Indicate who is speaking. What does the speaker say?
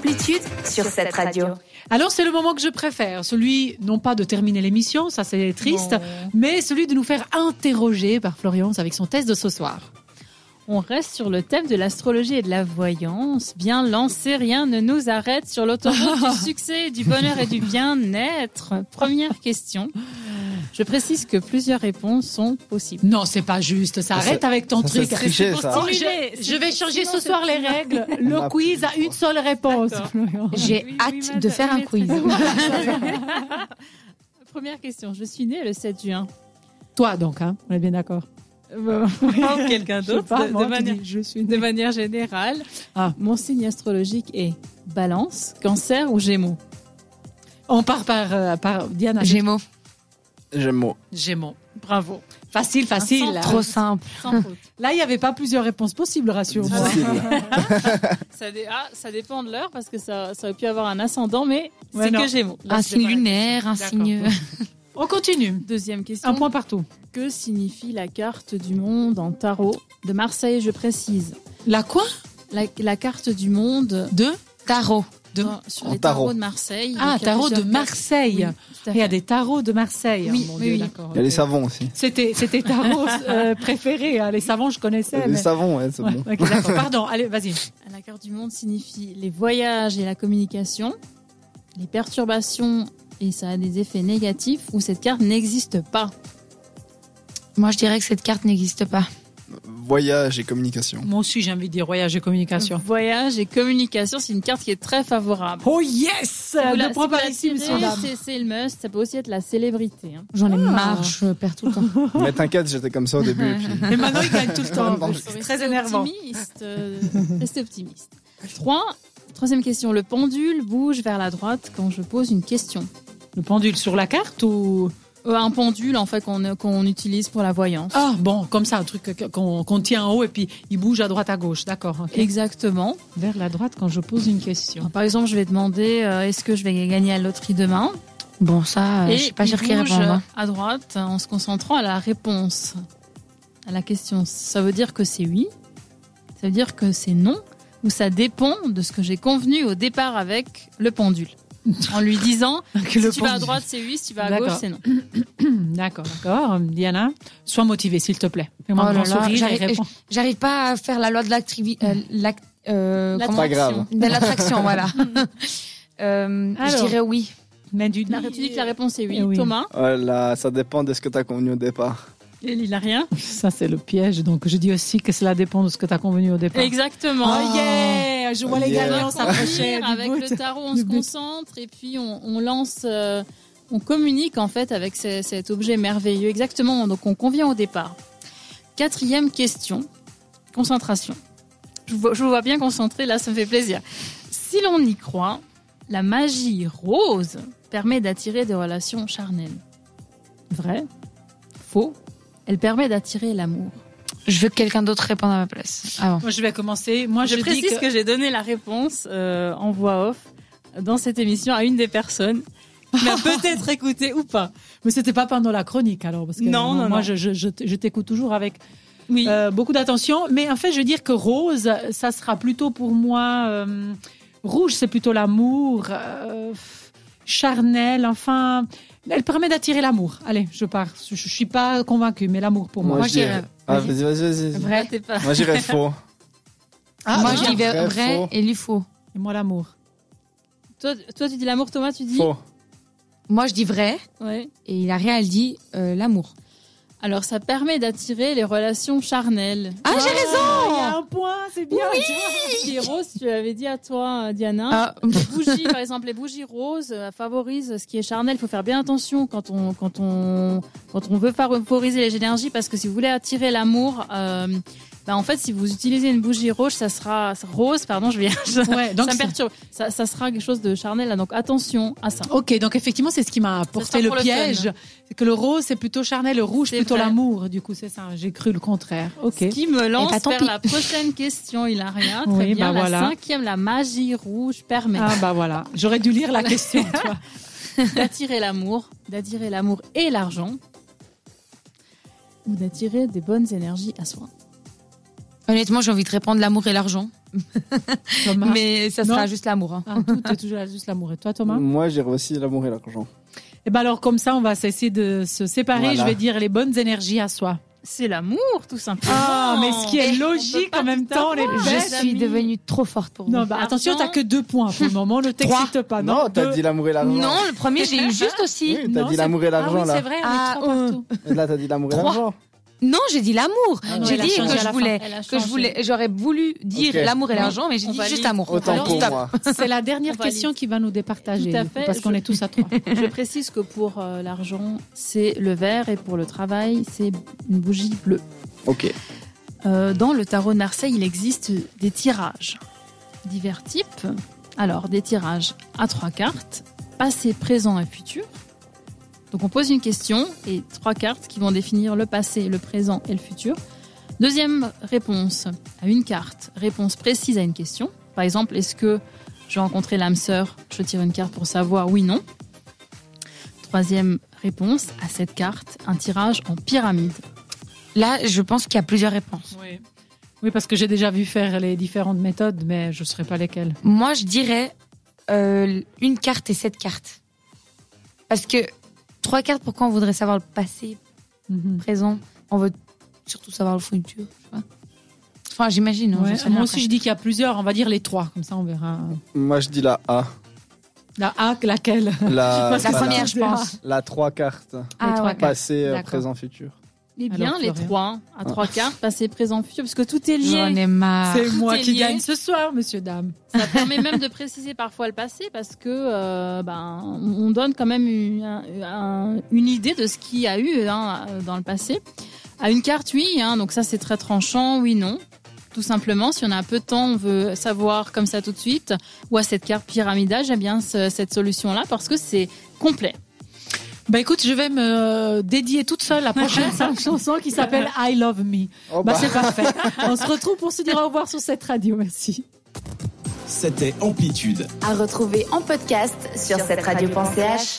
Speaker 1: Amplitude sur cette radio.
Speaker 2: Alors c'est le moment que je préfère, celui non pas de terminer l'émission, ça c'est triste, mais celui de nous faire interroger par Florence avec son test de ce soir.
Speaker 3: On reste sur le thème de l'astrologie et de la voyance. Bien lancé, rien ne nous arrête sur l'autoroute du succès, du bonheur et du bien-être. Première question. Je précise que plusieurs réponses sont possibles.
Speaker 2: Non, c'est pas juste, ça arrête avec ton
Speaker 4: ça, c'est
Speaker 2: truc.
Speaker 4: triché,
Speaker 3: pour
Speaker 4: ça.
Speaker 2: Oh,
Speaker 3: stimuler.
Speaker 2: je, je vais changer
Speaker 3: Sinon,
Speaker 2: ce
Speaker 3: c'est
Speaker 2: soir les
Speaker 3: plus-
Speaker 2: règles.
Speaker 4: On
Speaker 2: Le
Speaker 4: a
Speaker 2: quiz a une seule réponse.
Speaker 3: D'accord.
Speaker 2: Florence.
Speaker 1: J'ai
Speaker 3: Oui, oui,
Speaker 1: hâte
Speaker 3: madame,
Speaker 1: de faire un
Speaker 3: maîtresse.
Speaker 1: quiz.
Speaker 3: Première question. Je suis née le 7 juin.
Speaker 2: Toi donc, hein, on est bien d'accord.
Speaker 3: Euh, bah, Ou quelqu'un
Speaker 2: Je sais
Speaker 3: d'autre.
Speaker 2: pas,
Speaker 3: de-
Speaker 2: moi,
Speaker 3: de
Speaker 2: tu
Speaker 3: manière-
Speaker 2: dis, je suis
Speaker 3: de manière générale,
Speaker 2: Ah.
Speaker 3: mon signe astrologique est balance, cancer ou gémeaux.
Speaker 2: On part par, euh, par Diana.
Speaker 1: Gémeaux.
Speaker 4: J'aime mot.
Speaker 2: Gémeaux. Bravo. Facile,
Speaker 3: Un
Speaker 2: facile.
Speaker 3: centre.
Speaker 1: Trop simple.
Speaker 3: Sans faute.
Speaker 2: Là, il n'y avait pas plusieurs réponses possibles, rassure-moi.
Speaker 4: Difficile.
Speaker 3: Ça, dé- ah, ça dépend de l'heure parce que ça, ça aurait pu avoir un ascendant, mais c'est
Speaker 2: Ouais, non.
Speaker 3: que Gémeaux. Là,
Speaker 1: Un
Speaker 3: c'est
Speaker 1: signe
Speaker 3: pareil.
Speaker 1: lunaire, un
Speaker 2: D'accord.
Speaker 1: signe.
Speaker 2: On continue.
Speaker 3: Deuxième question.
Speaker 2: Un point partout.
Speaker 3: Que signifie la carte du monde en tarot de Marseille, je précise
Speaker 2: La quoi
Speaker 3: La, la carte du monde
Speaker 2: De
Speaker 1: Tarot.
Speaker 2: De-
Speaker 3: euh, sur
Speaker 4: En
Speaker 3: les
Speaker 4: tarot.
Speaker 3: tarots de Marseille. Donc, il y
Speaker 2: Ah,
Speaker 3: a
Speaker 2: tarot de
Speaker 3: plusieurs cartes. Oui,
Speaker 2: Marseille.
Speaker 3: tout à
Speaker 2: Il y a
Speaker 3: fait.
Speaker 2: des tarots de Marseille. Oh
Speaker 3: Oui,
Speaker 2: Mon
Speaker 3: oui,
Speaker 2: Dieu,
Speaker 3: oui.
Speaker 2: d'accord,
Speaker 4: Il y a les
Speaker 2: ok.
Speaker 4: savons aussi.
Speaker 2: C'était c'était tarot euh, préféré. hein. Les savants, je connaissais.
Speaker 4: Les
Speaker 2: mais-
Speaker 4: savons, ouais, c'est
Speaker 2: Ouais,
Speaker 4: bon.
Speaker 2: ok, d'accord. Pardon, allez, vas-y.
Speaker 3: La carte du monde signifie les voyages et la communication, les perturbations et ça a des effets négatifs ou cette carte n'existe pas.
Speaker 1: Moi, je dirais que cette carte n'existe pas.
Speaker 4: Voyage et communication.
Speaker 2: Moi aussi, j'ai envie de dire voyage et communication.
Speaker 3: Voyage et communication, c'est une carte qui est très favorable.
Speaker 2: Oh yes
Speaker 1: Euh,
Speaker 3: Si vous la-
Speaker 2: Ne
Speaker 3: si
Speaker 2: prends
Speaker 3: vous
Speaker 2: pas
Speaker 3: la
Speaker 2: ici,
Speaker 3: tirez,
Speaker 2: monsieur madame.
Speaker 3: c'est- C'est le must, ça peut aussi être la célébrité. hein.
Speaker 1: J'en ai
Speaker 2: Ah.
Speaker 1: marre, je perds tout le temps.
Speaker 4: Mais t'inquiète, j'étais comme ça au début. et puis-
Speaker 2: Mais maintenant, il gagne tout le temps.
Speaker 4: Non,
Speaker 2: C'est
Speaker 3: Restez
Speaker 2: très énervant.
Speaker 3: Optimiste, euh, restez optimiste. Trois, troisième question. Le pendule bouge vers la droite quand je pose une question.
Speaker 2: Le pendule sur la carte ou
Speaker 3: Euh, un pendule, en fait, qu'on qu'on utilise pour la voyance.
Speaker 2: Ah bon, comme ça, un truc que- qu'on qu'on tient en haut et puis il bouge à droite à gauche, d'accord. ok.
Speaker 3: Exactement.
Speaker 2: Vers la droite quand je pose une question.
Speaker 3: Alors, par exemple, je vais demander euh, est-ce que je vais gagner à la loterie demain
Speaker 1: Bon, ça, euh, je suis pas
Speaker 3: il
Speaker 1: sûre qu'il
Speaker 3: bouge,
Speaker 1: répond. hein.
Speaker 3: euh, à droite euh, en se concentrant à la réponse à la question. Ça veut dire que c'est oui, ça veut dire que c'est non, ou ça dépend de ce que j'ai convenu au départ avec le pendule. En lui disant
Speaker 2: Que
Speaker 3: si
Speaker 2: le
Speaker 3: tu vas à
Speaker 2: pendule-
Speaker 3: droite, c'est oui, si tu vas à
Speaker 2: D'accord.
Speaker 3: gauche, c'est non.
Speaker 2: D'accord, d'accord. Diana, sois motivée, s'il te plaît. Fais-moi
Speaker 1: Oh
Speaker 2: un
Speaker 1: là
Speaker 2: grand
Speaker 1: là,
Speaker 2: sourire et
Speaker 1: j'arrive-
Speaker 2: réponds.
Speaker 1: J'arrive pas à faire la loi de l'actrivi- euh, l'ac- euh,
Speaker 3: La
Speaker 1: comment-
Speaker 4: Pas grave.
Speaker 3: traduction.
Speaker 1: de l'attraction, voilà. Euh, je
Speaker 2: Alors.
Speaker 1: dirais oui.
Speaker 2: Mais du
Speaker 3: La- tu dis que la réponse est oui.
Speaker 2: Eh oui.
Speaker 3: Thomas,
Speaker 4: Ouais, oh là, ça dépend de ce que t'as convenu au départ.
Speaker 3: il n'a rien.
Speaker 2: Ça, c'est le piège. Donc, je dis aussi que cela dépend de ce que tu as convenu au départ.
Speaker 3: Exactement.
Speaker 2: Oh yeah Je vois les
Speaker 4: Yeah.
Speaker 2: gagnants
Speaker 3: On
Speaker 2: s'approcher.
Speaker 3: tire
Speaker 2: du
Speaker 3: avec
Speaker 2: bout.
Speaker 3: le tarot, on
Speaker 2: du
Speaker 3: se
Speaker 2: but.
Speaker 3: concentre et puis on, on lance, euh, on communique en fait avec ce- cet objet merveilleux. Exactement, donc on convient au départ. Quatrième question, concentration. Je vous, vois- je vous vois bien concentré, là ça me fait plaisir. Si l'on y croit, la magie rose permet d'attirer des relations charnelles. Vrai Faux Elle permet d'attirer l'amour.
Speaker 1: Je veux que quelqu'un d'autre réponde à ma place. Ah bon.
Speaker 2: Moi, je vais commencer. Moi,
Speaker 3: Je,
Speaker 2: je, dis
Speaker 3: précise
Speaker 2: que...
Speaker 3: que, j'ai donné la réponse euh, en voix off dans cette émission à une des personnes qui m'a peut-être écouté ou pas.
Speaker 2: Mais c'était pas pendant la chronique, alors. Parce que
Speaker 3: Non, non,
Speaker 2: Moi,
Speaker 3: non.
Speaker 2: je, je, je t- je t'écoute toujours avec
Speaker 3: Oui.
Speaker 2: Euh, beaucoup d'attention. Mais en fait, je veux dire que rose, ça sera plutôt pour moi. euh, rouge, c'est plutôt l'amour. euh, charnel, enfin. Elle permet d'attirer l'amour. Allez, je pars. Je, je suis pas convaincue, mais l'amour pour moi.
Speaker 1: Moi, je dirais-
Speaker 4: Ah,
Speaker 1: vas-y.
Speaker 4: vas-y, vas-y, vas-y. vas-y.
Speaker 3: Vrai, t'es pas.
Speaker 4: Moi, j'irais faux.
Speaker 1: Moi,
Speaker 2: non.
Speaker 1: Ah, je dis
Speaker 4: Vrai,
Speaker 1: vrai,
Speaker 4: faux.
Speaker 1: et lui faux.
Speaker 2: Et moi, l'amour.
Speaker 3: Toi, toi, tu dis l'amour, Thomas, tu dis.
Speaker 4: Faux.
Speaker 1: Moi, je dis vrai
Speaker 3: Ouais.
Speaker 1: et il a rien, elle dit euh, l'amour.
Speaker 3: Alors, ça permet d'attirer les relations charnelles.
Speaker 1: Ah, j'ai
Speaker 2: Il y a
Speaker 1: raison
Speaker 2: un point, c'est bien. tu vois.
Speaker 3: Les roses, tu l'avais dit à toi, euh, Diana.
Speaker 1: Ah,
Speaker 3: Les bougies, par exemple, les bougies roses euh, favorisent ce qui est charnel. Il faut faire bien attention quand on, quand on, quand on veut favoriser les énergies parce que si vous voulez attirer l'amour, euh, bah, en fait, si vous utilisez une bougie rose, ça sera rose, pardon, je viens.
Speaker 2: Ouais, donc
Speaker 3: ça me
Speaker 2: c'est-
Speaker 3: perturbe. Ça, ça sera quelque chose de charnel, là, donc attention à ça.
Speaker 2: Ok, donc effectivement, c'est ce qui m'a
Speaker 3: sera
Speaker 2: apporté le
Speaker 3: pour le
Speaker 2: piège. C'est que le rose, c'est plutôt charnel, le rouge,
Speaker 3: C'est
Speaker 2: plutôt
Speaker 3: vrai.
Speaker 2: l'amour. Du coup, c'est ça. J'ai cru le contraire. Ok.
Speaker 3: Ce qui me lance
Speaker 1: Eh ben, tant
Speaker 3: vers
Speaker 1: pis.
Speaker 3: la prochaine question, il a rien. Très
Speaker 2: Oui,
Speaker 3: bien.
Speaker 2: bah,
Speaker 3: la
Speaker 2: voilà.
Speaker 3: cinquième, la magie rouge permet
Speaker 2: Ah, bah voilà. J'aurais dû lire la question, tu vois.
Speaker 3: d'attirer l'amour, d'attirer l'amour et l'argent, ou d'attirer des bonnes énergies à soi.
Speaker 1: honnêtement, j'ai envie de répondre l'amour et l'argent.
Speaker 2: Thomas.
Speaker 1: Mais ça sera
Speaker 2: Non.
Speaker 1: juste l'amour. hein.
Speaker 2: Ah, tout est toujours juste l'amour. Et toi, Thomas
Speaker 4: Moi, j'ai aussi l'amour et l'argent.
Speaker 2: Et ben alors, comme ça, on va essayer de se séparer.
Speaker 4: Voilà.
Speaker 2: Je vais dire les bonnes énergies à soi.
Speaker 3: C'est l'amour, tout simplement.
Speaker 2: Ah, mais ce qui
Speaker 3: Eh,
Speaker 2: est logique en même temps, les
Speaker 3: avoir.
Speaker 2: bêtes.
Speaker 1: Je
Speaker 3: les
Speaker 1: suis
Speaker 3: amis.
Speaker 1: devenue trop forte pour
Speaker 2: Non,
Speaker 1: vous.
Speaker 2: bah,
Speaker 3: Argent.
Speaker 2: attention, t'as que deux points pour le moment. Ne t'excite pas.
Speaker 4: non, t'as
Speaker 2: deux.
Speaker 4: dit l'amour et l'argent.
Speaker 1: Non, le premier, j'ai eu juste aussi.
Speaker 4: Oui, t'as
Speaker 2: Non,
Speaker 4: dit l'amour et
Speaker 2: Ah oui,
Speaker 4: l'argent
Speaker 2: c'est
Speaker 4: là.
Speaker 2: vrai, on est
Speaker 1: Ah,
Speaker 2: trois
Speaker 1: euh,
Speaker 2: partout.
Speaker 4: Là, t'as dit l'amour et
Speaker 1: Trois.
Speaker 4: l'argent.
Speaker 1: Non, j'ai dit l'amour.
Speaker 3: Ah non,
Speaker 1: j'ai
Speaker 3: elle a
Speaker 1: dit
Speaker 3: changé
Speaker 1: que
Speaker 3: à
Speaker 1: je
Speaker 3: la
Speaker 1: voulais,
Speaker 3: fin. Elle a
Speaker 1: que je
Speaker 3: changé.
Speaker 1: voulais, j'aurais voulu dire
Speaker 4: Ok.
Speaker 1: l'amour et
Speaker 3: Oui,
Speaker 1: l'argent, mais j'ai
Speaker 3: on
Speaker 1: dit
Speaker 3: valide.
Speaker 1: juste amour.
Speaker 4: Autant
Speaker 1: Alors,
Speaker 4: pour
Speaker 1: stop.
Speaker 4: moi.
Speaker 2: C'est la dernière
Speaker 3: On valide.
Speaker 2: question qui va nous départager.
Speaker 3: Tout à
Speaker 2: du coup,
Speaker 3: fait,
Speaker 2: Parce qu'on
Speaker 3: je-
Speaker 2: est tous à trois.
Speaker 3: Je précise que pour euh, l'argent, c'est le vert et pour le travail, c'est une bougie bleue.
Speaker 4: Ok.
Speaker 3: Euh, dans le tarot de Marseille, il existe des tirages. Divers types. Alors, des tirages à trois cartes, passé, présent et futur. Donc, on pose une question et trois cartes qui vont définir le passé, le présent et le futur. Deuxième réponse à une carte, réponse précise à une question. Par exemple, est-ce que je vais rencontrer l'âme sœur Je tire une carte pour savoir oui, non. Troisième réponse à cette carte, un tirage en pyramide.
Speaker 1: Là, je pense qu'il y a plusieurs réponses.
Speaker 2: Oui. Oui, parce que j'ai déjà vu faire les différentes méthodes, mais je ne saurais pas lesquelles.
Speaker 1: Moi, je dirais euh, une carte et sept cartes. Parce que trois cartes, pourquoi on voudrait savoir le passé, le
Speaker 2: Mhm.
Speaker 1: présent On veut surtout savoir le futur. je sais pas. Enfin, j'imagine. hein,
Speaker 2: Ouais,
Speaker 1: j'en sais
Speaker 2: Moi
Speaker 1: rien
Speaker 2: aussi, je dis qu'il y a plusieurs. On va dire les trois. Comme ça, on verra. euh,
Speaker 4: Moi, je dis la A.
Speaker 2: La A, laquelle
Speaker 4: Ah, La,
Speaker 2: Parce
Speaker 1: après.
Speaker 2: que
Speaker 1: la
Speaker 4: voilà.
Speaker 2: c'est
Speaker 1: première, je pense.
Speaker 4: La trois cartes.
Speaker 1: Ah,
Speaker 2: trois
Speaker 1: ouais.
Speaker 2: cartes.
Speaker 4: Passé, euh,
Speaker 1: D'accord.
Speaker 4: présent, futur.
Speaker 2: Bah,
Speaker 3: Eh
Speaker 2: Alors,
Speaker 3: bien, les
Speaker 2: Florian.
Speaker 3: trois, hein, à
Speaker 4: Ah.
Speaker 3: trois cartes, passé, présent, futur, parce que tout est
Speaker 1: J'en
Speaker 3: lié.
Speaker 1: ai marre.
Speaker 2: C'est moi
Speaker 3: Ah. est
Speaker 2: qui
Speaker 3: lié.
Speaker 2: gagne ce soir, monsieur, dame.
Speaker 3: Ça permet même de préciser parfois le passé, parce que euh, ben, on donne quand même une, un- une idée de ce qu'il y a eu hein, dans le passé. À une carte, oui, hein, donc ça c'est très tranchant, oui, non. Tout simplement, si on a un peu de temps, on veut savoir comme ça tout de suite. Ou à cette carte pyramidale, j'aime bien ce- cette solution-là parce que c'est complet.
Speaker 2: Bah écoute, je vais me euh, dédier toute seule la prochaine chanson qui s'appelle I Love Me.
Speaker 4: Oh,
Speaker 2: Bah
Speaker 4: bah.
Speaker 2: c'est parfait. On se retrouve pour se dire au revoir sur cette radio. Merci.
Speaker 5: C'était Amplitude.
Speaker 6: À retrouver en podcast sur cette radio.ch.